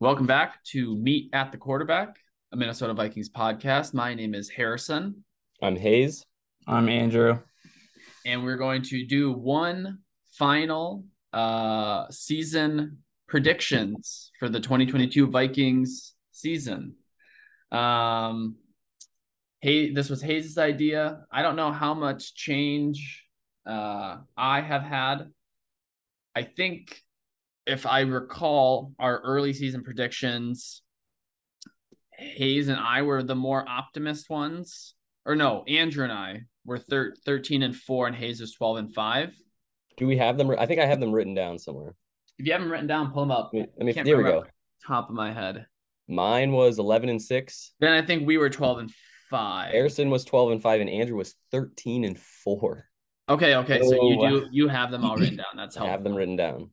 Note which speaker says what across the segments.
Speaker 1: Welcome back to Meet at the Quarterback, a Minnesota Vikings podcast. My name is Harrison,
Speaker 2: I'm Hayes.
Speaker 3: I'm Andrew.
Speaker 1: and we're going to do one final uh, season predictions for the 2022 Vikings season. Um, hey, this was Hayes' idea. I don't know how much change uh, I have had. I think if I recall our early season predictions, Hayes and I were the more optimist ones. Or no, Andrew and I were thir- 13 and 4 and Hayes was 12 and 5.
Speaker 2: Do we have them? I think I have them written down somewhere.
Speaker 1: If you haven't written down, pull them up.
Speaker 2: Let me, let me-
Speaker 1: Can't
Speaker 2: there we
Speaker 1: remember.
Speaker 2: go.
Speaker 1: Top of my head.
Speaker 2: Mine was 11 and 6.
Speaker 1: Then I think we were 12 and 5.
Speaker 2: Harrison was 12 and 5 and Andrew was 13 and 4.
Speaker 1: Okay, okay. So you
Speaker 3: Oh.
Speaker 1: do you have them all written down. That's
Speaker 2: I
Speaker 1: helpful.
Speaker 2: have them written down.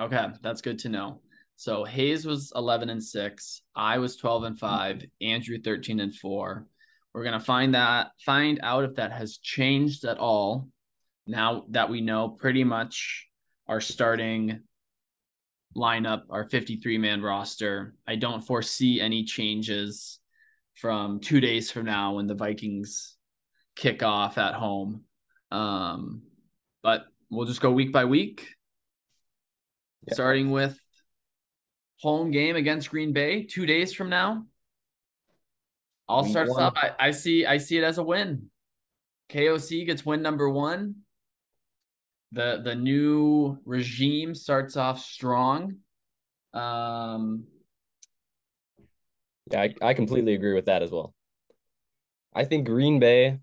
Speaker 1: Okay, that's good to know. So Hayes was 11 and 6, I was 12 and 5, Andrew 13 and 4. We're going to find that find out if that has changed at all now that we know pretty much our starting lineup, our 53-man roster. I don't foresee any changes from 2 days from now when the Vikings kick off at home. Um but we'll just go week by week
Speaker 2: Yeah.
Speaker 1: starting with home game against Green Bay two days from now. I'll
Speaker 2: Week
Speaker 1: start us
Speaker 2: one.
Speaker 1: up. I, I see I see it as a win. KOC gets win number one. The the new regime starts off strong. Um
Speaker 2: Yeah, I, I completely agree with that as well. I think Green Bay,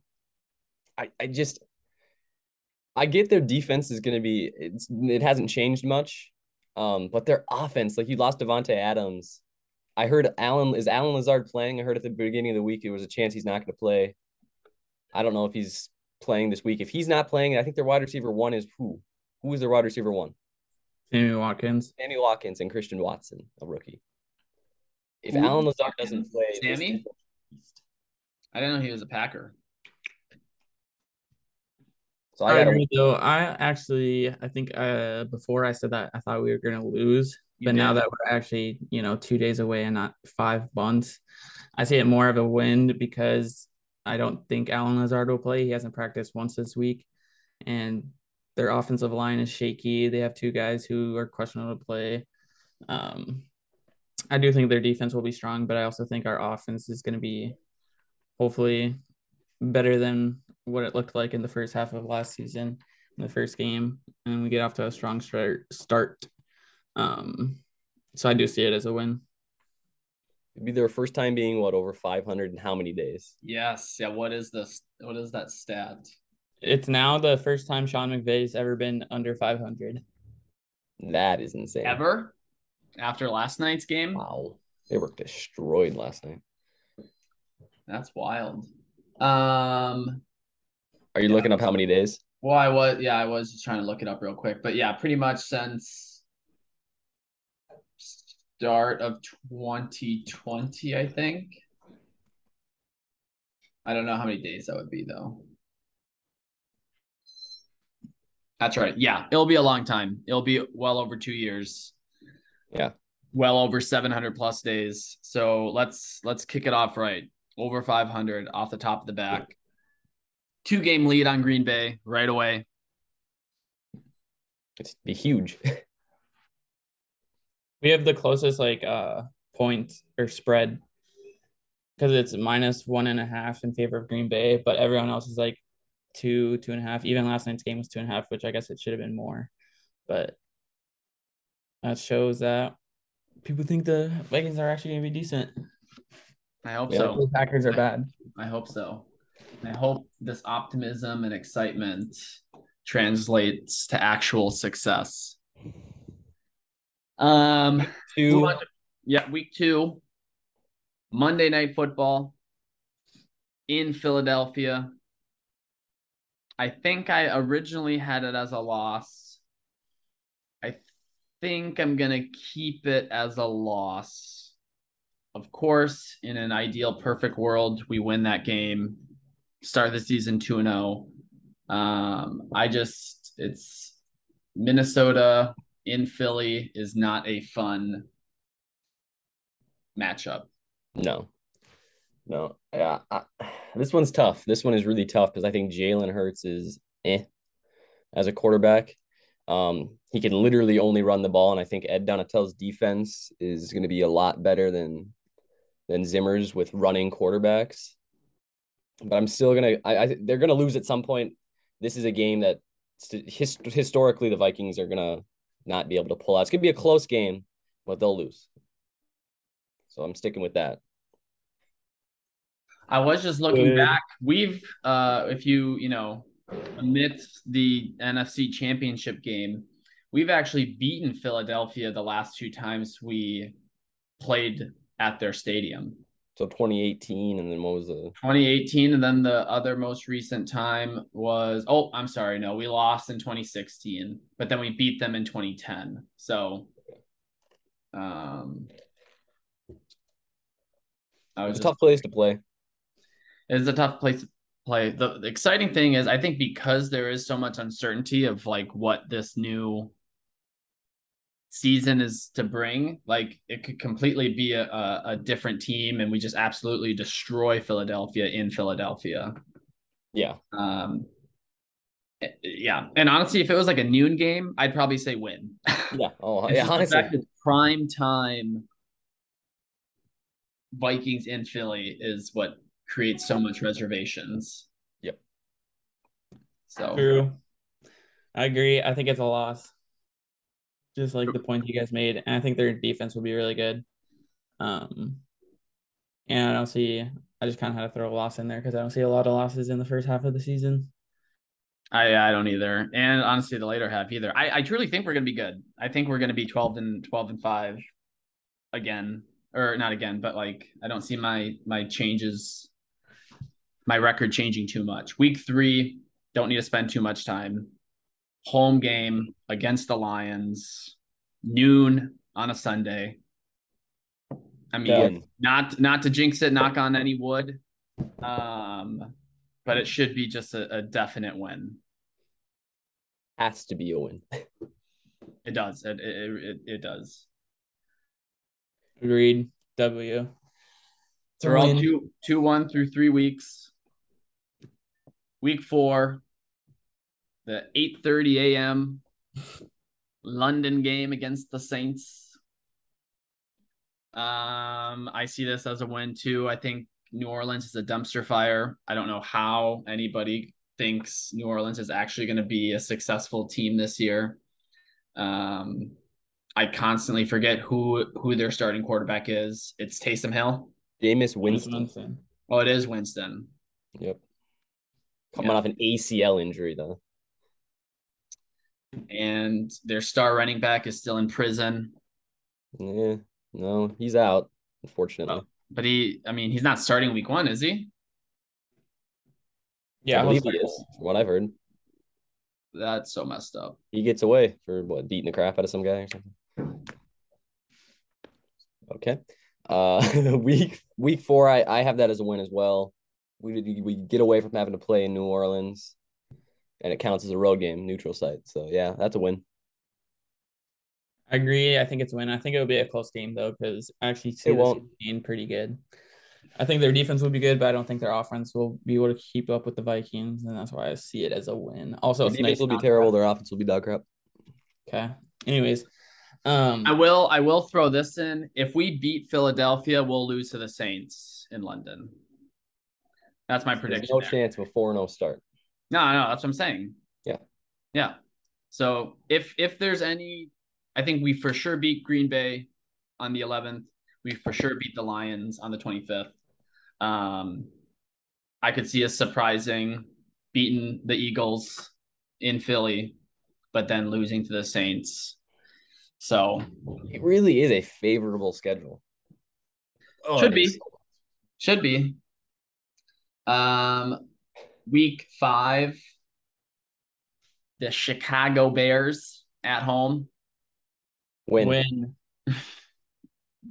Speaker 2: I, I just I get their defense is gonna be it's it hasn't changed much. Um, but their offense, like you lost Devonte Adams. I heard Allen is Alan Lazard playing. I heard at the beginning of the week it was a chance he's not gonna play. I don't know if he's playing this week. If he's not playing, I think their wide receiver one is who? Who is their wide receiver one?
Speaker 3: Sammy Watkins.
Speaker 2: Sammy Watkins and Christian Watson, a rookie. If
Speaker 1: Who?
Speaker 2: Alan Lazard doesn't play, this
Speaker 1: Sammy?
Speaker 2: defense-
Speaker 1: I didn't know he was a Packer.
Speaker 2: So
Speaker 3: I
Speaker 2: I got
Speaker 3: agree though. I actually I think uh before I said that I thought we were gonna lose,
Speaker 1: You
Speaker 3: but now
Speaker 1: did.
Speaker 3: that we're actually, you know, two days away and not five months, I see it more of a win because I don't think Alan Lazard will play. He hasn't practiced once this week and their offensive line is shaky. They have two guys who are questionable to play. Um I do think their defense will be strong, but I also think our offense is gonna be hopefully better than what it looked like in the first half of last season, in the first game, and we get off to a strong start. Start. Um, so I do see it as a win.
Speaker 2: It'd be their first time being what over 500 in how many days?
Speaker 1: Yes. Yeah. What is this? What is that stat?
Speaker 3: It's now the first time Sean McVay's ever been under 500.
Speaker 2: That is insane.
Speaker 1: Ever? After last night's game?
Speaker 2: Wow, they were destroyed last night.
Speaker 1: That's wild. Um
Speaker 2: Are you looking up how many days?
Speaker 1: Well, I was yeah, I was just trying to look it up real quick, but yeah, pretty much since start of 2020, I think. I don't know how many days that would be though. That's right. Yeah, it'll be a long time. It'll be well over 2 years.
Speaker 2: Yeah.
Speaker 1: Well over 700 plus days. So, let's let's kick it off right. Over 500 off the top of the back two game lead on Green Bay right away.
Speaker 2: It's be huge.
Speaker 3: We have the closest like uh point or spread because it's minus one and a half in favor of Green Bay, but everyone else is like two, two and a half. Even last night's game was two and a half, which I guess it should have been more. But that shows that people think the Vikings are actually gonna be decent.
Speaker 1: I hope
Speaker 2: Yeah.
Speaker 1: so.
Speaker 3: The Packers are bad.
Speaker 1: I hope so. And I hope this optimism and excitement translates to actual success. Um, move
Speaker 2: Two.
Speaker 1: on to- yeah, week two, Monday night football in Philadelphia. I think I originally had it as a loss. I think I'm going to keep it as a loss. Of course, in an ideal, perfect world, we win that game. start the season 2 and 0. Um, I just it's Minnesota in Philly is not a fun matchup.
Speaker 2: No, no. Yeah, I, this one's tough. This one is really tough because I think Jalen Hurts is eh as a quarterback. Um, he can literally only run the ball, and I think Ed Donatel's defense is going to be a lot better than than Zimmer's with running quarterbacks. But I'm still gonna. I, I they're gonna lose at some point. This is a game that st- his, historically the Vikings are gonna not be able to pull out. It's gonna be a close game, but they'll lose. So I'm sticking with that.
Speaker 1: I was just looking back. We've, uh, if you, you know, amidst the NFC Championship game, we've actually beaten Philadelphia the last two times we played at their stadium.
Speaker 2: So 2018, and then what was the
Speaker 1: 2018, and then the other most recent time was oh, I'm sorry, no, we lost in 2016, but then we beat them in 2010. So, um, I was
Speaker 2: it's a
Speaker 1: just
Speaker 2: tough place to play?
Speaker 1: it's a tough place to play. The, the exciting thing is, I think because there is so much uncertainty of like what this new season is to bring, like it could completely be a, a, a different team, and we just absolutely destroy Philadelphia in Philadelphia.
Speaker 2: Yeah,
Speaker 1: Um, eh, yeah, and honestly, if it was like a noon game, I'd probably say win.
Speaker 2: yeah. Oh,
Speaker 1: It's
Speaker 2: yeah.
Speaker 1: just the
Speaker 2: Honestly,
Speaker 1: fact that prime time Vikings in Philly is what creates so much reservations.
Speaker 2: Yep.
Speaker 1: So
Speaker 3: True. I agree. I think it's a loss. Just like the point you guys made. And I think their defense will be really good. Um and I don't see I just kinda had to throw a loss in there because I don't see a lot of losses in the first half of the season.
Speaker 1: I I don't either, and honestly, the later half either. I I truly think we're gonna be good. I think we're gonna be twelve and twelve and five again, or not again, but like I don't see my my changes, my record changing too much. Week three, don't need to spend too much time. Home game against the Lions, noon on a Sunday. I mean,
Speaker 2: done.
Speaker 1: not not to jinx it, knock on any wood. Um, but it should be just a, a definite win.
Speaker 2: has to be a win.
Speaker 1: It does. It it, it, it does.
Speaker 3: Agreed. W.
Speaker 1: So we're all
Speaker 3: Win.
Speaker 1: two two one through three weeks. Week four, the eight thirty a.m. London game against the Saints. Um, I see this as a win too. I think New Orleans is a dumpster fire. I don't know how anybody thinks New Orleans is actually going to be a successful team this year. Um, I constantly forget who who their starting quarterback is. It's Taysom Hill.
Speaker 2: Jameis Winston
Speaker 3: Winston.
Speaker 1: Oh, it is Winston.
Speaker 2: coming
Speaker 1: Yeah.
Speaker 2: off an ACL injury though.
Speaker 1: And their star running back is still in prison.
Speaker 2: Yeah, no, he's out. Unfortunately,
Speaker 1: But he, I mean, he's not starting week one, is he?
Speaker 3: Yeah,
Speaker 2: I
Speaker 3: I was
Speaker 2: believe he is. From what I've heard,
Speaker 1: That's so messed up.
Speaker 2: he gets away for what beating the crap out of some guy or something. Okay, uh, week week four, I I have that as a win as well. We we get away from having to play in New Orleans, and it counts as a road game, neutral site. So yeah, that's a win.
Speaker 3: I agree. I think it's a win. I think it'll be a close game though, because I actually see
Speaker 2: It
Speaker 3: this
Speaker 2: won't.
Speaker 3: being pretty good. I think their defense will be good, but I don't think their offense will be able to keep up with the Vikings, and that's why I see it as a win. Also,
Speaker 2: Their
Speaker 3: it's
Speaker 2: defense
Speaker 3: nice
Speaker 2: will be
Speaker 3: not-
Speaker 2: terrible. Their offense will be dog crap.
Speaker 3: Okay. Anyways, um,
Speaker 1: I will, I will throw this in. If we beat Philadelphia, we'll lose to the Saints in London. That's my
Speaker 2: There's
Speaker 1: prediction.
Speaker 2: no
Speaker 1: there.
Speaker 2: chance of a four zero start.
Speaker 1: No, no, that's what I'm saying.
Speaker 2: Yeah.
Speaker 1: Yeah. So if if there's any I think we for sure beat Green Bay on the 11th. We for sure beat the Lions on the 25th. Um I could see us surprising beating the Eagles in Philly but then losing to the Saints. So
Speaker 2: It really is a favorable schedule. Oh,
Speaker 1: Should
Speaker 2: it
Speaker 1: be.
Speaker 2: is.
Speaker 1: Should be. Um, week five, the Chicago Bears at home.
Speaker 2: win.
Speaker 3: win.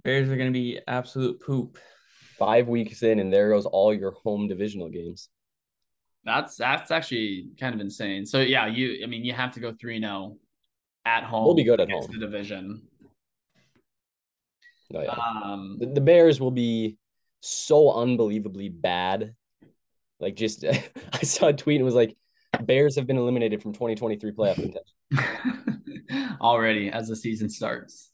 Speaker 3: Bears are going to be absolute poop.
Speaker 2: five weeks in, and there goes all your home divisional games.
Speaker 1: That's that's actually kind of insane. So yeah, you I mean you have to go three and zero at home.
Speaker 2: We'll be good at
Speaker 1: against
Speaker 2: home.
Speaker 1: The division.
Speaker 2: No, Oh, yeah.
Speaker 1: Um,
Speaker 2: the, the Bears will be so unbelievably bad. Like just I saw a tweet and it was like Bears have been eliminated from 2023 playoff contention.
Speaker 1: already as the season starts.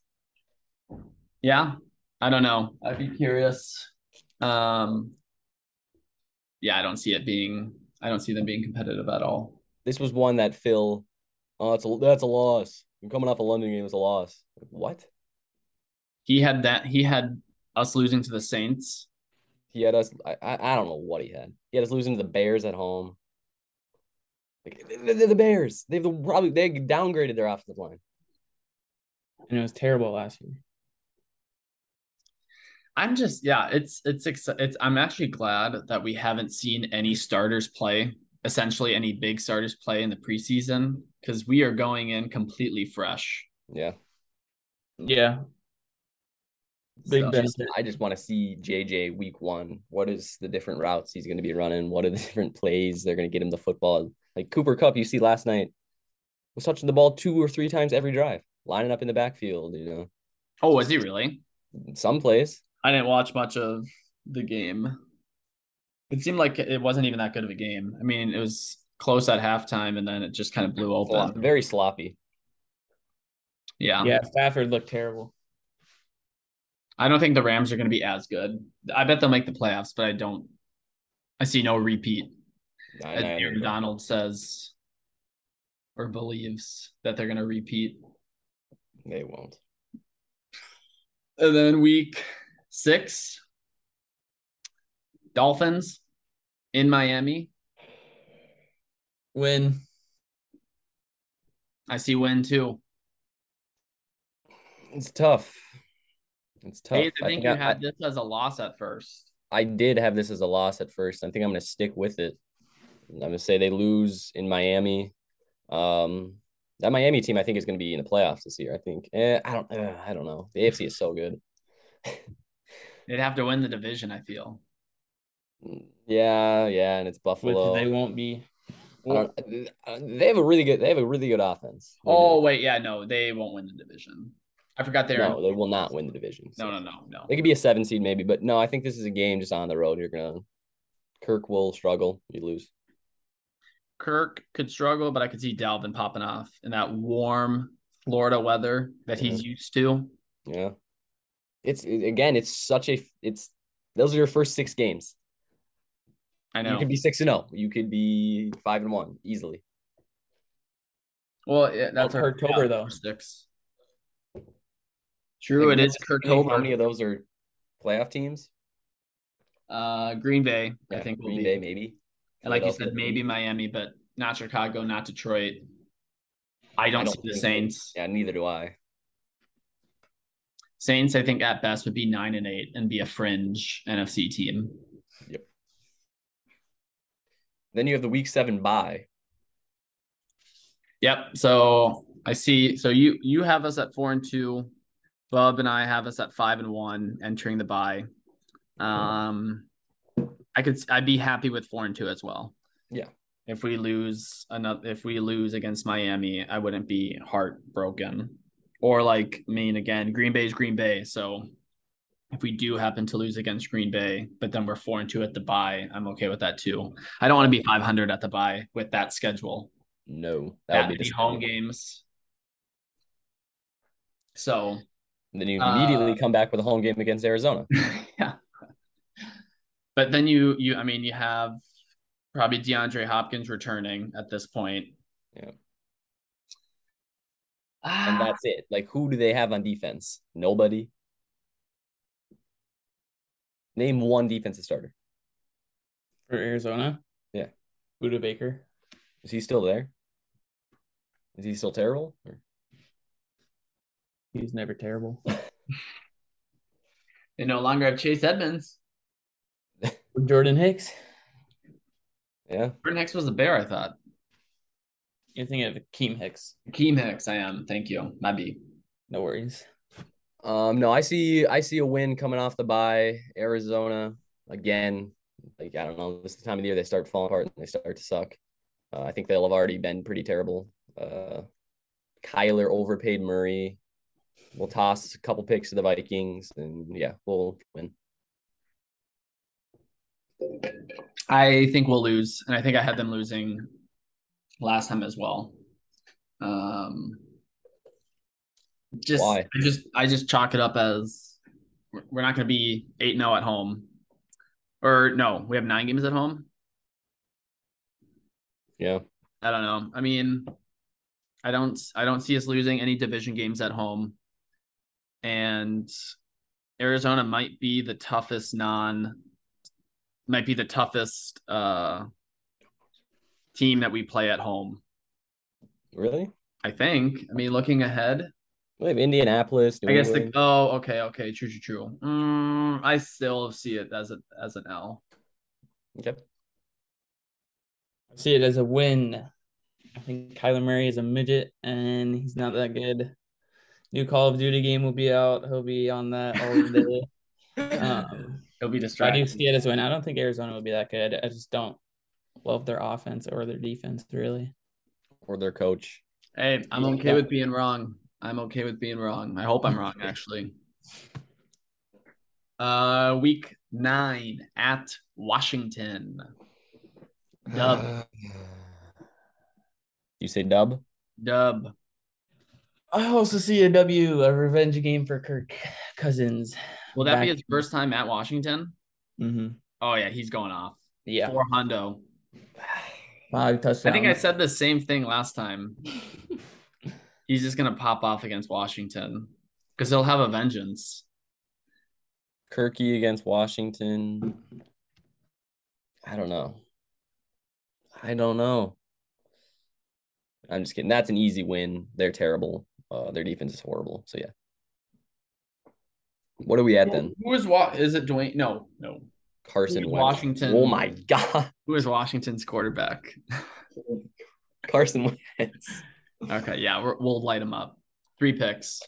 Speaker 1: Yeah, I don't know. I'd be curious. Um, yeah, I don't see it being. I don't see them being competitive at all.
Speaker 2: This was one that Phil oh that's a that's a loss. You're coming off a London game is a loss. Like, what?
Speaker 1: He had that. He had us losing to the Saints.
Speaker 2: He had us I, I I don't know what he had. He had us losing to the Bears at home. Like they're the, the Bears. They've the, probably they downgraded their offensive line.
Speaker 3: and it was terrible last year.
Speaker 1: I'm just yeah. It's it's ex- it's. I'm actually glad that we haven't seen any starters play. Essentially, any big starters play in the preseason because we are going in completely fresh.
Speaker 2: Yeah.
Speaker 3: Yeah, Big
Speaker 1: So-
Speaker 3: Ben.
Speaker 2: Just- I just want to see JJ week one. What is the different routes he's going to be running? What are the different plays they're going to get him the football? Like Cooper Cup, you see last night was touching the ball two or three times every drive, lining up in the backfield. You know,
Speaker 1: Oh, was he really?
Speaker 2: some plays.
Speaker 1: I didn't watch much of the game. It seemed like it wasn't even that good of a game. I mean, it was close at halftime, and then it just kind of blew
Speaker 2: Slo-
Speaker 1: open.
Speaker 2: Very sloppy.
Speaker 1: Yeah,
Speaker 3: yeah. Stafford looked terrible.
Speaker 1: I don't think the Rams are going to be as good. I bet they'll make the playoffs, but I don't. I see no repeat.
Speaker 2: I-
Speaker 1: As
Speaker 2: I-
Speaker 1: Aaron Donald says or believes that they're going to repeat.
Speaker 2: they won't.
Speaker 1: And then week six, Dolphins in Miami.
Speaker 3: Win.
Speaker 1: I see win too.
Speaker 2: It's tough. It's tough.
Speaker 1: Hayes, I think you
Speaker 2: Oh, I,
Speaker 1: had this as a loss at first.
Speaker 2: I did have this as a loss at first. I think I'm going to stick with it. I'm going to say they lose in Miami. Um, that Miami team, I think, is going to be in the playoffs this year. I think. Eh, I don't. eh, I don't know. The AFC is so good.
Speaker 1: They'd have to win the division, I feel.
Speaker 2: Mm, Yeah, yeah, and it's
Speaker 3: Which
Speaker 2: Buffalo.
Speaker 3: they
Speaker 2: I
Speaker 3: won't be.
Speaker 2: don't- uh, They have a really good. They have a really good offense. They do.
Speaker 1: Oh wait, yeah, no, they won't win the division. I forgot they're
Speaker 2: no, they will not win the division. so.
Speaker 1: no, no, no, no.
Speaker 2: They could be a seven seed maybe, but no, I think this is a game just on the road. You're gonna. Kirk will struggle. You lose.
Speaker 1: Kirk could struggle, but I could see Dalvin popping off in that warm Florida weather that he's
Speaker 2: Mm-hmm.
Speaker 1: used to.
Speaker 2: Yeah. It's it- again, it's such a it's those are your first six games.
Speaker 1: I
Speaker 2: You
Speaker 1: know.
Speaker 2: could be six and zero. You could be five and one easily.
Speaker 1: well,
Speaker 2: Oh,
Speaker 1: yeah, that's our
Speaker 3: Kirktober, though.
Speaker 1: Six. True,
Speaker 2: Like,
Speaker 1: it is
Speaker 2: How many
Speaker 1: Kirktober.
Speaker 2: of those are playoff teams?
Speaker 1: Uh, Green Bay, I
Speaker 2: Yeah,
Speaker 1: think, will
Speaker 2: Green
Speaker 1: be.
Speaker 2: Bay maybe.
Speaker 1: And like you
Speaker 2: Philadelphia,
Speaker 1: said, maybe Miami, but not Chicago, not Detroit. I don't,
Speaker 2: don't
Speaker 1: see the
Speaker 2: think-
Speaker 1: Saints.
Speaker 2: Yeah, neither do I.
Speaker 1: Saints, I think at best would be nine and eight and be a fringe NFC team.
Speaker 2: Then you have the week seven bye.
Speaker 1: Yep. So I see. So you you have us at four and two. Bub and I have us at five and one entering the bye. Um, I could I'd be happy with four and two as well.
Speaker 2: Yeah.
Speaker 1: If we lose another, if we lose against Miami, I wouldn't be heartbroken. Or like, I mean, again, Green Bay is Green Bay. So if we do happen to lose against Green Bay, but then we're four and two at the bye, I'm okay with that too. I don't want to be 500 at the bye with that schedule
Speaker 2: No,
Speaker 1: that
Speaker 2: would
Speaker 1: would be
Speaker 2: disappointing.
Speaker 1: home games. So
Speaker 2: Then you
Speaker 1: Uh,
Speaker 2: immediately come back with a home game against Arizona.
Speaker 1: yeah, but then you you I mean you have probably DeAndre Hopkins returning at this point.
Speaker 2: Yeah.
Speaker 1: Ah,
Speaker 2: And that's it. Like who do they have on defense? Nobody. Name one defensive starter.
Speaker 3: for Arizona.
Speaker 2: Yeah.
Speaker 3: Buda Baker.
Speaker 2: Is he still there? Is he still terrible? Or-
Speaker 3: He's never terrible.
Speaker 1: they no longer have Chase Edmonds.
Speaker 3: Jordan Hicks.
Speaker 2: Yeah.
Speaker 1: Jordan Hicks was a bear, I thought.
Speaker 3: You're thinking of Keem Hicks.
Speaker 1: Keem Hicks, I am. Thank you. My B.
Speaker 3: No worries.
Speaker 2: Um. No, I see. I see a win coming off the bye. Arizona again. like I don't know, this is the time of the year they start falling apart and they start to suck. Uh, I think they'll have already been pretty terrible. Uh, Kyler overpaid Murray. We'll toss a couple picks to the Vikings, and yeah, we'll win.
Speaker 1: I think we'll lose, and I think I had them losing last time as well. Um, just
Speaker 2: Why?
Speaker 1: I just I just chalk it up as we're- we're not going to be eight zero at home, or no, we have nine games at home.
Speaker 2: Yeah,
Speaker 1: I don't know. I mean, I don't I don't see us losing any division games at home. And Arizona might be the toughest non might be the toughest uh team that we play at home.
Speaker 2: really?
Speaker 1: I think. I mean, looking ahead,
Speaker 2: We have Indianapolis. New
Speaker 1: I guess the
Speaker 2: England.
Speaker 1: oh, okay, okay, true, true, true. Mm, I still see it as a as an L.
Speaker 2: Okay.
Speaker 3: I see it as a win. I think Kyler Murray is a midget and he's not that good. New Call of Duty game will be out. He'll be on that all day.
Speaker 2: uh,
Speaker 3: Um,
Speaker 1: It'll be
Speaker 3: I
Speaker 1: distracting.
Speaker 3: do see it as a win. I don't think Arizona will be that good. I just don't love their offense or their defense really.
Speaker 2: or their coach.
Speaker 1: Hey, I'm okay
Speaker 2: Yeah.
Speaker 1: with being wrong. I'm okay with being wrong. I hope I'm wrong, actually. Uh, week nine at Washington. Dub.
Speaker 2: You say dub?
Speaker 1: Dub.
Speaker 3: I also see a W, a revenge game for Kirk Cousins.
Speaker 1: Will that be
Speaker 3: Back-
Speaker 1: his first time at Washington?
Speaker 3: Mm-hmm.
Speaker 1: Oh yeah, he's going off.
Speaker 3: Yeah,
Speaker 1: Four hundo.
Speaker 3: five touchdowns.
Speaker 1: I think I said the same thing last time. he's just gonna pop off against Washington because he'll have a vengeance.
Speaker 2: Kirky against Washington. I don't know. I don't know. I'm just kidding. That's an easy win. They're terrible. Uh, their defense is horrible. So yeah. What are we at then?
Speaker 1: Who is wa- is it Dwayne? No, no.
Speaker 2: Carson Wentz.
Speaker 1: Washington.
Speaker 2: Oh my God,
Speaker 1: Who is Washington's quarterback?
Speaker 2: Carson Wentz.
Speaker 1: Okay, yeah, we're, we'll light him up. Three picks.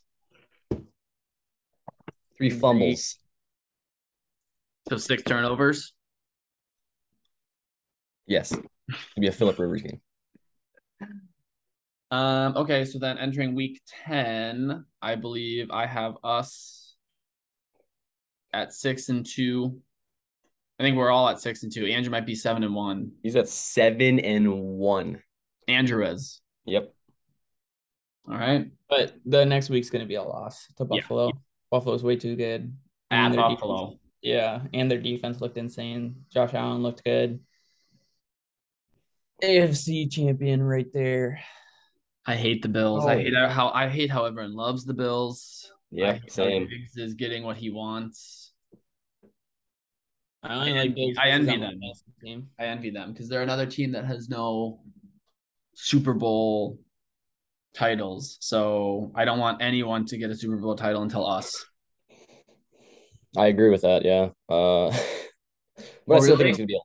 Speaker 2: Three fumbles.
Speaker 1: So six turnovers.
Speaker 2: Yes, it'd be a Philip Rivers game.
Speaker 1: Um, okay, so then entering week 10, I believe I have us at six and two. I think we're all at six and two. Andrew might be seven and one.
Speaker 2: He's at seven and one.
Speaker 1: Andrew is.
Speaker 2: Yep.
Speaker 1: All right.
Speaker 3: But the next week's going to be a loss to
Speaker 1: Yeah.
Speaker 3: Buffalo. Buffalo's way too good.
Speaker 1: At
Speaker 3: And their
Speaker 1: Buffalo.
Speaker 3: defense- yeah, and their defense looked insane. Josh Allen looked good. AFC champion right there.
Speaker 1: I hate the Bills. I
Speaker 3: Oh.
Speaker 1: hate how I hate how everyone loves the Bills. I
Speaker 2: Yeah.
Speaker 1: hate how
Speaker 2: Same.
Speaker 1: Diggs is getting what he wants.
Speaker 3: I only
Speaker 1: I
Speaker 3: like
Speaker 1: envy-
Speaker 3: Diggs
Speaker 1: I
Speaker 3: because
Speaker 1: envy
Speaker 3: I'm
Speaker 1: them.
Speaker 3: on that team.
Speaker 1: I envy them because they're another team that has no Super Bowl titles. So I don't want anyone to get a Super Bowl title until us.
Speaker 2: I agree with that. Yeah. Uh, but I
Speaker 1: really?
Speaker 2: still think it's gonna be. a-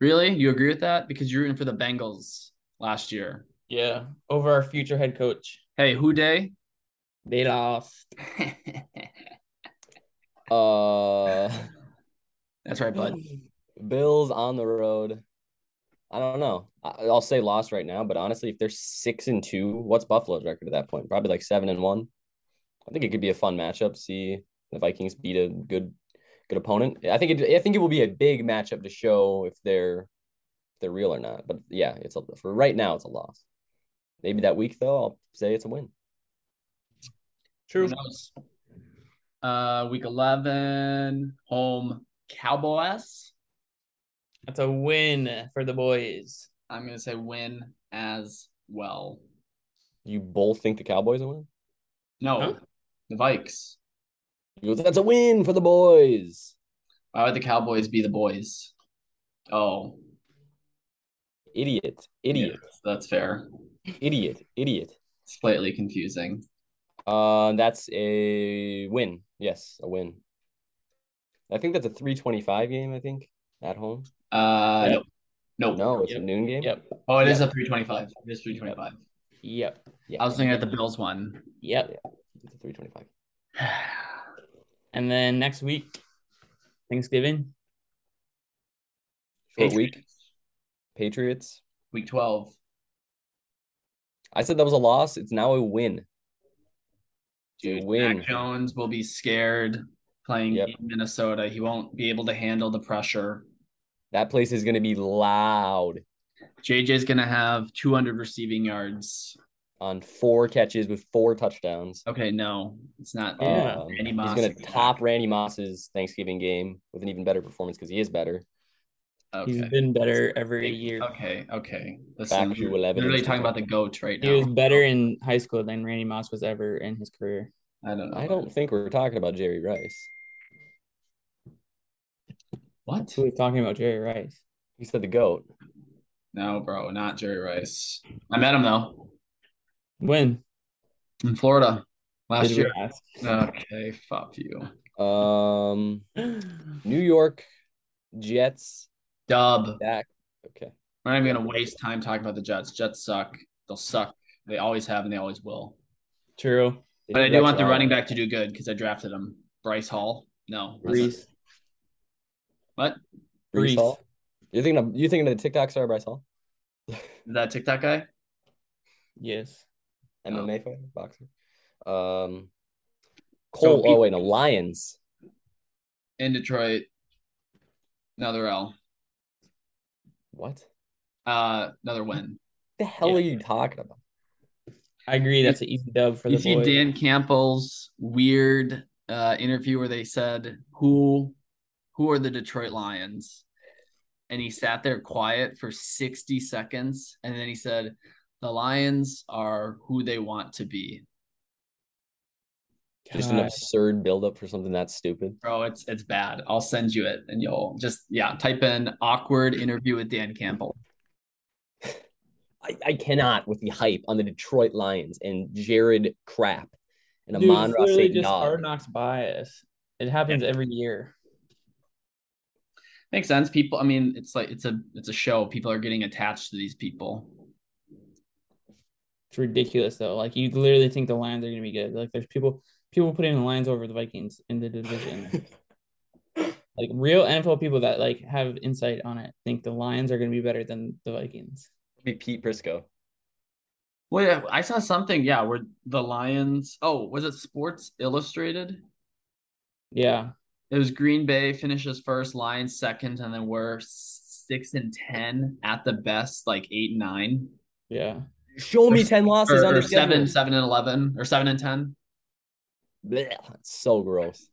Speaker 1: Really? You agree with that? Because you're rooting for the Bengals last year.
Speaker 3: Yeah, over our future head coach.
Speaker 1: Hey, who day?
Speaker 3: They lost.
Speaker 2: Uh,
Speaker 1: That's right, bud.
Speaker 2: Bills on the road. I don't know. I- I'll say loss right now, but honestly, if they're six and two, what's Buffalo's record at that point? Probably like seven and one. I think it could be a fun matchup. See the Vikings beat a good, good opponent. I think it. I think it will be a big matchup to show if they're, if they're real or not. But yeah, it's a, for right now, it's a loss. Maybe that week though, I'll say it's a win.
Speaker 1: Who knows? Uh, week 11, home Cowboys.
Speaker 3: That's a win for the boys.
Speaker 1: I'm going to say win as well.
Speaker 2: You both think the Cowboys will win?
Speaker 1: No,
Speaker 3: Huh?
Speaker 1: the Vikes.
Speaker 2: You go, that's a win for the boys.
Speaker 1: Why would the Cowboys be the boys? Oh,
Speaker 2: Idiot, idiot,
Speaker 1: yeah, that's fair.
Speaker 2: idiot, idiot.
Speaker 1: Slightly confusing.
Speaker 2: Uh, that's a win. Yes, a win. I think that's a 325 game, I think, at home.
Speaker 1: Uh,
Speaker 3: Yep.
Speaker 1: no, no.
Speaker 2: No, it's
Speaker 3: Yep.
Speaker 2: a noon game.
Speaker 3: Yep.
Speaker 1: Oh, it is
Speaker 2: Yep.
Speaker 1: a 325. It is 325.
Speaker 3: Yep.
Speaker 2: Yeah,
Speaker 1: I was thinking at the Bills one.
Speaker 3: Yep.
Speaker 2: it's a 325.
Speaker 3: And then next week, Thanksgiving.
Speaker 2: Short week. Patriots.
Speaker 1: Week 12.
Speaker 2: I said that was a loss. It's now a win.
Speaker 1: Dude,
Speaker 2: win.
Speaker 1: Mac Jones will be scared playing
Speaker 2: Yep.
Speaker 1: in Minnesota. He won't be able to handle the pressure.
Speaker 2: That place is going to be loud
Speaker 1: JJ's going to have 200 receiving yards.
Speaker 2: on four catches with four touchdowns.
Speaker 1: Okay, no, it's not.
Speaker 3: Yeah.
Speaker 2: Um,
Speaker 1: Randy
Speaker 2: he's
Speaker 1: Moss
Speaker 2: going
Speaker 1: is
Speaker 2: to top
Speaker 1: back.
Speaker 2: Randy Moss's Thanksgiving game with an even better performance because he is better.
Speaker 1: Okay.
Speaker 3: He's been better every year.
Speaker 1: okay, okay.
Speaker 2: Back to
Speaker 1: we're
Speaker 2: 11
Speaker 1: literally
Speaker 2: is
Speaker 1: talking
Speaker 2: the-
Speaker 1: about the goat right
Speaker 3: He
Speaker 1: now.
Speaker 3: was better in high school than Randy Moss was ever in his career.
Speaker 1: I don't know.
Speaker 2: I don't think we're talking about Jerry Rice.
Speaker 1: What?
Speaker 3: Who was talking about Jerry Rice?
Speaker 2: You said the goat.
Speaker 1: No, bro, not Jerry Rice. I met him though
Speaker 3: When
Speaker 1: in Florida last
Speaker 3: did
Speaker 1: year.
Speaker 3: we ask?
Speaker 1: Okay, fuck you.
Speaker 2: Um, New York Jets.
Speaker 1: Dub.
Speaker 2: Dak. Okay.
Speaker 1: We're not even gonna waste time talking about the Jets. Jets suck. They'll suck. They always have and they always will.
Speaker 3: True.
Speaker 1: But I do want the
Speaker 2: uh,
Speaker 1: running back to do good because I drafted him. Bryce Hall. No. that's
Speaker 3: Brees.
Speaker 1: What?
Speaker 2: Brees
Speaker 3: Brees.
Speaker 2: Hall? You're thinking of you're thinking of the TikTok star Bryce Hall,
Speaker 1: not- that TikTok guy?
Speaker 3: Yes.
Speaker 2: MMA fighter, boxer. Um, Cole.
Speaker 1: we-
Speaker 2: oh wait, no Lions.
Speaker 1: In Detroit. Another L.
Speaker 2: What
Speaker 1: Uh another win.
Speaker 2: the hell
Speaker 3: Yeah.
Speaker 2: are you talking about?
Speaker 3: I agree. That's an easy dub for the
Speaker 1: you see
Speaker 3: boys.
Speaker 1: Dan Campbell's weird uh, interview where they said, "Who, who are the Detroit Lions?" And he sat there quiet for sixty seconds, and then he said, "The Lions are who they want to be."
Speaker 2: Just an
Speaker 3: God.
Speaker 2: absurd buildup for something that stupid.
Speaker 1: Bro, it's it's bad. I'll send you it, and you'll just yeah, type in awkward interview with Dan Campbell.
Speaker 2: I, I cannot with the hype on the Detroit Lions and Jared Crap and
Speaker 3: Dude,
Speaker 2: Amon
Speaker 3: it's
Speaker 2: Ross
Speaker 3: literally just hard knocks bias. It happens every year.
Speaker 1: Makes sense. People, I mean, it's like it's a it's a show. People are getting attached to these people.
Speaker 3: It's ridiculous though. Like you literally think the Lions are gonna be good. Like there's people people putting the Lions over the Vikings in the division. like real NFL people that like have insight on it think the Lions are gonna be better than the Vikings.
Speaker 2: Be Pete Briscoe.
Speaker 1: Well, yeah, I saw something. Yeah, where the Lions. Oh, was it Sports Illustrated?
Speaker 3: Yeah.
Speaker 1: It was Green Bay finishes first, Lions second, and then we're six and ten at the best, like eight and nine,
Speaker 3: Yeah.
Speaker 2: Show me
Speaker 1: Or-
Speaker 2: ten
Speaker 1: or,
Speaker 2: losses on
Speaker 1: or
Speaker 2: the
Speaker 1: seven, seven and eleven, or seven and ten.
Speaker 2: Blech, it's so gross.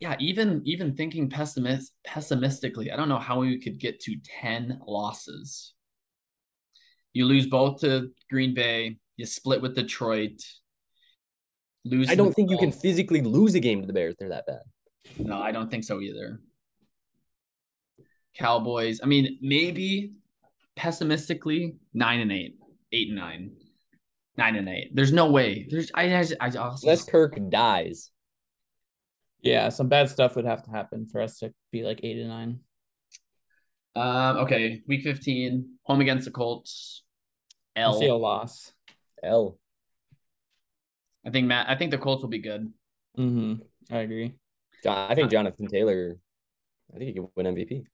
Speaker 1: Yeah, even even thinking pessimist pessimistically, I don't know how we could get to ten losses. You lose both to Green Bay. You split with Detroit. Lose.
Speaker 2: I
Speaker 1: to
Speaker 2: don't
Speaker 1: the
Speaker 2: think you can
Speaker 1: Colts.
Speaker 2: physically lose a game to the Bears. They're that bad.
Speaker 1: No, I don't think so either. Cowboys. I mean, maybe pessimistically, nine and eight, eight and nine, nine and eight. There's no way. There's. I. I, I also.
Speaker 2: Unless Kirk dies.
Speaker 3: Yeah. Some bad stuff would have to happen for us to be like eight and nine.
Speaker 1: Um. Okay. Week fifteen. Home against the Colts.
Speaker 3: I see a
Speaker 1: L.
Speaker 3: loss.
Speaker 2: L.
Speaker 1: I think Matt. I think the Colts will be good.
Speaker 3: Mm-hmm. I agree.
Speaker 2: John, I think Jonathan Taylor. I think he could win MVP.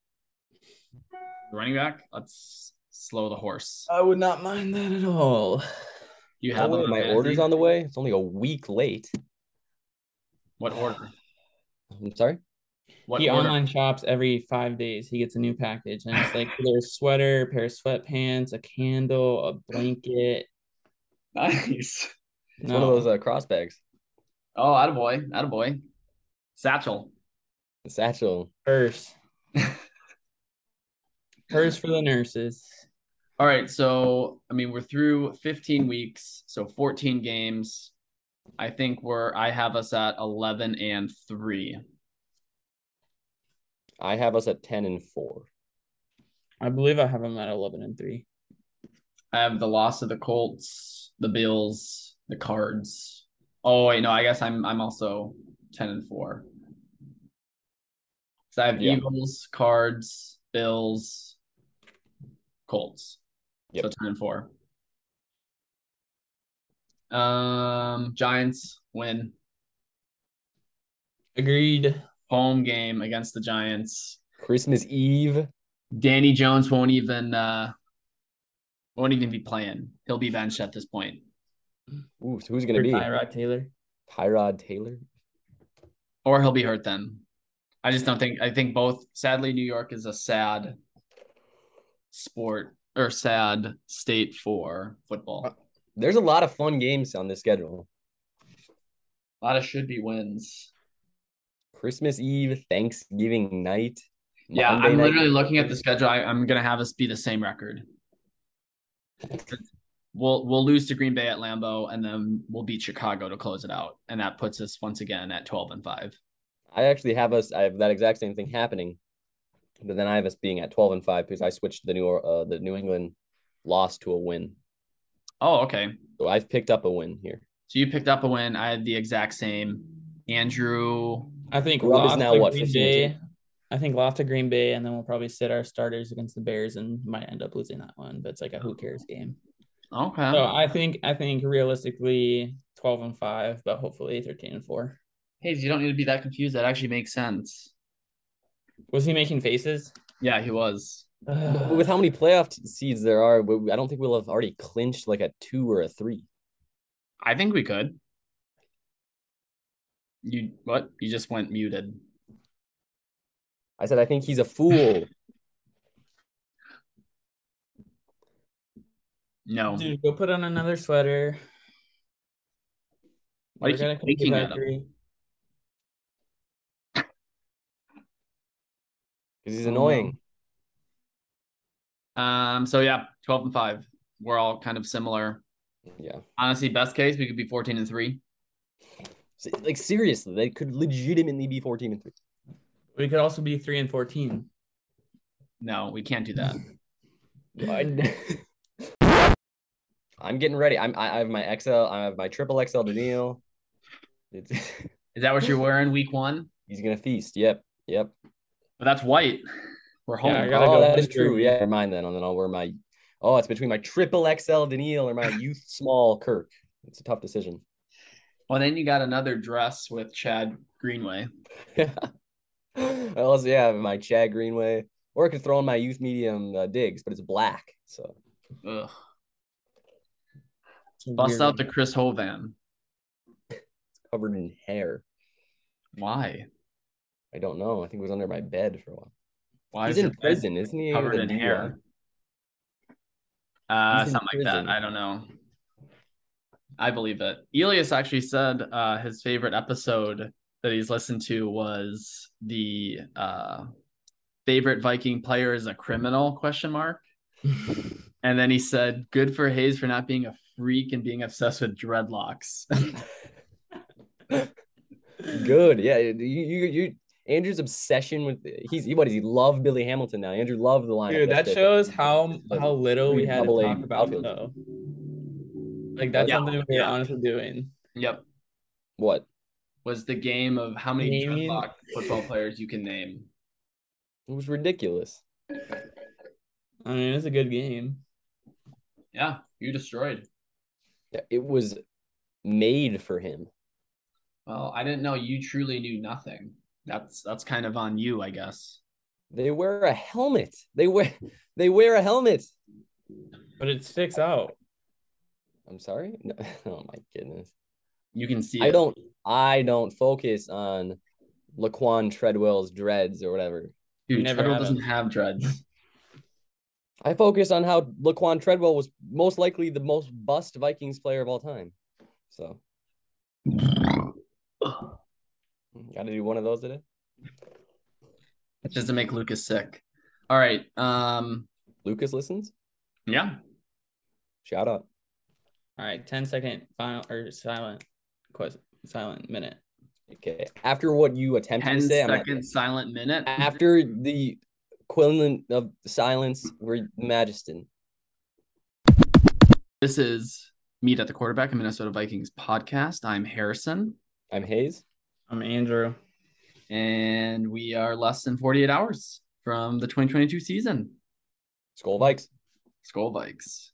Speaker 1: Running back. Let's slow the horse.
Speaker 2: I would not mind that at all.
Speaker 1: You have them on
Speaker 2: my
Speaker 1: fantasy?
Speaker 2: order's on the way. It's only a week late.
Speaker 1: What order?
Speaker 2: I'm sorry.
Speaker 1: What
Speaker 3: he
Speaker 1: order?
Speaker 3: online shops every five days. He gets a new package, and it's like either a sweater, a pair of sweatpants, a candle, a blanket.
Speaker 1: Nice.
Speaker 2: It's one of
Speaker 3: No.
Speaker 2: those uh, cross bags.
Speaker 1: Oh, attaboy. Attaboy. Satchel.
Speaker 2: Satchel.
Speaker 3: Purse. Purse for the nurses.
Speaker 1: All right, so I mean we're through 15 weeks, so 14 games. I think we're I have us at 11 and 3.
Speaker 2: I have us at ten and four.
Speaker 3: I believe I have them at eleven and three.
Speaker 1: I have the loss of the Colts, the Bills, the Cards. Oh wait, no, I guess I'm I'm also 10 and 4. So I have
Speaker 2: Yeah.
Speaker 1: Eagles, Cards, Bills, Colts.
Speaker 2: Yep.
Speaker 1: So 10 and 4. Um Giants win.
Speaker 3: Agreed.
Speaker 1: home game against the Giants.
Speaker 2: Christmas Eve.
Speaker 1: Danny Jones won't even uh won't even be playing. He'll be benched at this point.
Speaker 2: Ooh, so who's gonna be
Speaker 3: Tyrod Taylor.
Speaker 2: Tyrod Taylor?
Speaker 1: Or he'll be hurt then. I just don't think I think both sadly New York is a sad sport or sad state for football.
Speaker 2: Uh, There's a lot of fun games on this schedule.
Speaker 1: A lot of should be wins.
Speaker 2: Christmas Eve, Thanksgiving night.
Speaker 1: Yeah,
Speaker 2: Monday
Speaker 1: I'm
Speaker 2: night.
Speaker 1: literally looking at the schedule. I, I'm gonna have us be the same record. We'll we'll lose to Green Bay at Lambeau, and then we'll beat Chicago to close it out, and that puts us once again at 12 and five.
Speaker 2: I actually have us. I have that exact same thing happening, but then I have us being at twelve and five because I switched the new Or- uh, the New England loss to a win.
Speaker 1: Oh, okay.
Speaker 2: So I've picked up a win here.
Speaker 1: So you picked up a win. I had the exact same. Andrew,
Speaker 3: I think
Speaker 2: Rob is
Speaker 3: lost
Speaker 2: now
Speaker 3: to
Speaker 2: what,
Speaker 3: Green
Speaker 2: 15
Speaker 3: Bay.
Speaker 2: and
Speaker 3: I think lost to Green Bay, and then we'll probably sit our starters against the Bears and might end up losing that one. But it's like a who cares game.
Speaker 1: okay.
Speaker 3: So I think I think realistically twelve and five, but hopefully thirteen and four.
Speaker 1: Hey, you don't need to be that confused. That actually makes sense.
Speaker 3: Was he making faces?
Speaker 1: Yeah, he was.
Speaker 2: But with how many playoff t- seeds there are, we- I don't think we'll have already clinched like a two or a three.
Speaker 1: I think we could. You what? You just went muted.
Speaker 2: I said I think he's a fool.
Speaker 1: No.
Speaker 3: Dude, go put on another sweater.
Speaker 1: Why do you
Speaker 3: We're gonna
Speaker 1: keep
Speaker 3: come to
Speaker 1: winking at him?
Speaker 3: victory.
Speaker 2: because he's
Speaker 3: Oh, no.
Speaker 2: annoying.
Speaker 1: Um. So yeah, twelve and five. We're all kind of similar.
Speaker 2: Yeah,
Speaker 1: Honestly, best case we could be fourteen and three.
Speaker 2: Se- like seriously, they could legitimately be fourteen and three.
Speaker 3: We could also be three and fourteen.
Speaker 1: No, we can't do that.
Speaker 2: I- I'm getting ready. I'm. I I have my XL. I have my triple XL Daniil. It's,
Speaker 1: Is that what you're wearing week one?
Speaker 2: he's gonna feast. Yep. Yep.
Speaker 1: But that's white. We're home.
Speaker 3: Yeah, I gotta
Speaker 2: Oh,
Speaker 3: go
Speaker 2: that is
Speaker 3: with your-
Speaker 2: true. Yeah. Never mind then. And then I'll wear my. Oh, it's between my triple XL Daniil or my youth small Kirk. It's a tough decision.
Speaker 1: well, then you got another dress with Chad Greenway.
Speaker 2: I also yeah, have my Chad Greenway, or I could throw in my youth medium uh, digs, but it's black. So
Speaker 1: Ugh. Bust out the Chris Hovan.
Speaker 2: covered in hair.
Speaker 1: Why?
Speaker 2: I don't know. I think it was under my bed for a while.
Speaker 1: Why
Speaker 2: He's
Speaker 1: is
Speaker 2: in
Speaker 1: it
Speaker 2: prison, isn't he?
Speaker 1: covered
Speaker 2: With a
Speaker 1: in
Speaker 2: DUI.
Speaker 1: hair? Uh,
Speaker 2: He's in
Speaker 1: something like
Speaker 2: prison.
Speaker 1: that. I don't know. I believe it. Elias actually said uh, his favorite episode that he's listened to was the uh, favorite Viking player is a criminal question mark. And then he said, "Good for Hayes for not being a freak and being obsessed with dreadlocks."
Speaker 2: Good. Yeah. You, you, you, Andrew's obsession with he's he, what is he love Billy Hamilton now? Andrew loved the lineup.
Speaker 3: Dude, that
Speaker 2: yesterday.
Speaker 3: shows how how little we had to
Speaker 2: Double A
Speaker 3: talk about
Speaker 2: outfield.
Speaker 3: though. Like that's
Speaker 1: Yeah.
Speaker 3: something we were
Speaker 1: Yeah.
Speaker 3: honestly doing.
Speaker 1: yep,
Speaker 2: what
Speaker 1: was the game of how many
Speaker 3: Naming-
Speaker 1: dreadlock football players you can name.
Speaker 2: it was ridiculous.
Speaker 3: I mean, it's a good game.
Speaker 1: Yeah, you destroyed.
Speaker 2: Yeah, It was made for him.
Speaker 1: Well, I didn't know you truly knew nothing. That's that's kind of on you, I guess.
Speaker 2: They wear a helmet. They wear they wear a helmet.
Speaker 3: But it sticks out.
Speaker 2: I'm sorry. No, oh my goodness.
Speaker 1: You can see.
Speaker 2: I
Speaker 1: it.
Speaker 2: don't I don't focus on Laquan Treadwell's dreads or whatever.
Speaker 1: Dude,
Speaker 3: We never
Speaker 1: Trevor
Speaker 3: had
Speaker 1: doesn't have dreads.
Speaker 2: I focus on how Laquan Treadwell was most likely the most bust Vikings player of all time. So Got to do one of those today.
Speaker 1: It's just to make Lucas sick. All right. Um.
Speaker 2: Lucas listens.
Speaker 1: Yeah.
Speaker 2: Shout out.
Speaker 3: All right, 10 second final or silent question, silent minute.
Speaker 2: Okay. After what you attempted
Speaker 1: Ten
Speaker 2: to say, I'm not-
Speaker 1: second silent minute.
Speaker 2: after the equivalent of silence, we're Majestin.
Speaker 1: This is Meet at the Quarterback, a Minnesota Vikings podcast. I'm Harrison,
Speaker 2: I'm Hayes.
Speaker 3: I'm Andrew.
Speaker 1: and we are less than 48 hours from the 2022 season.
Speaker 2: Skull Vikes.
Speaker 1: Skull Vikes.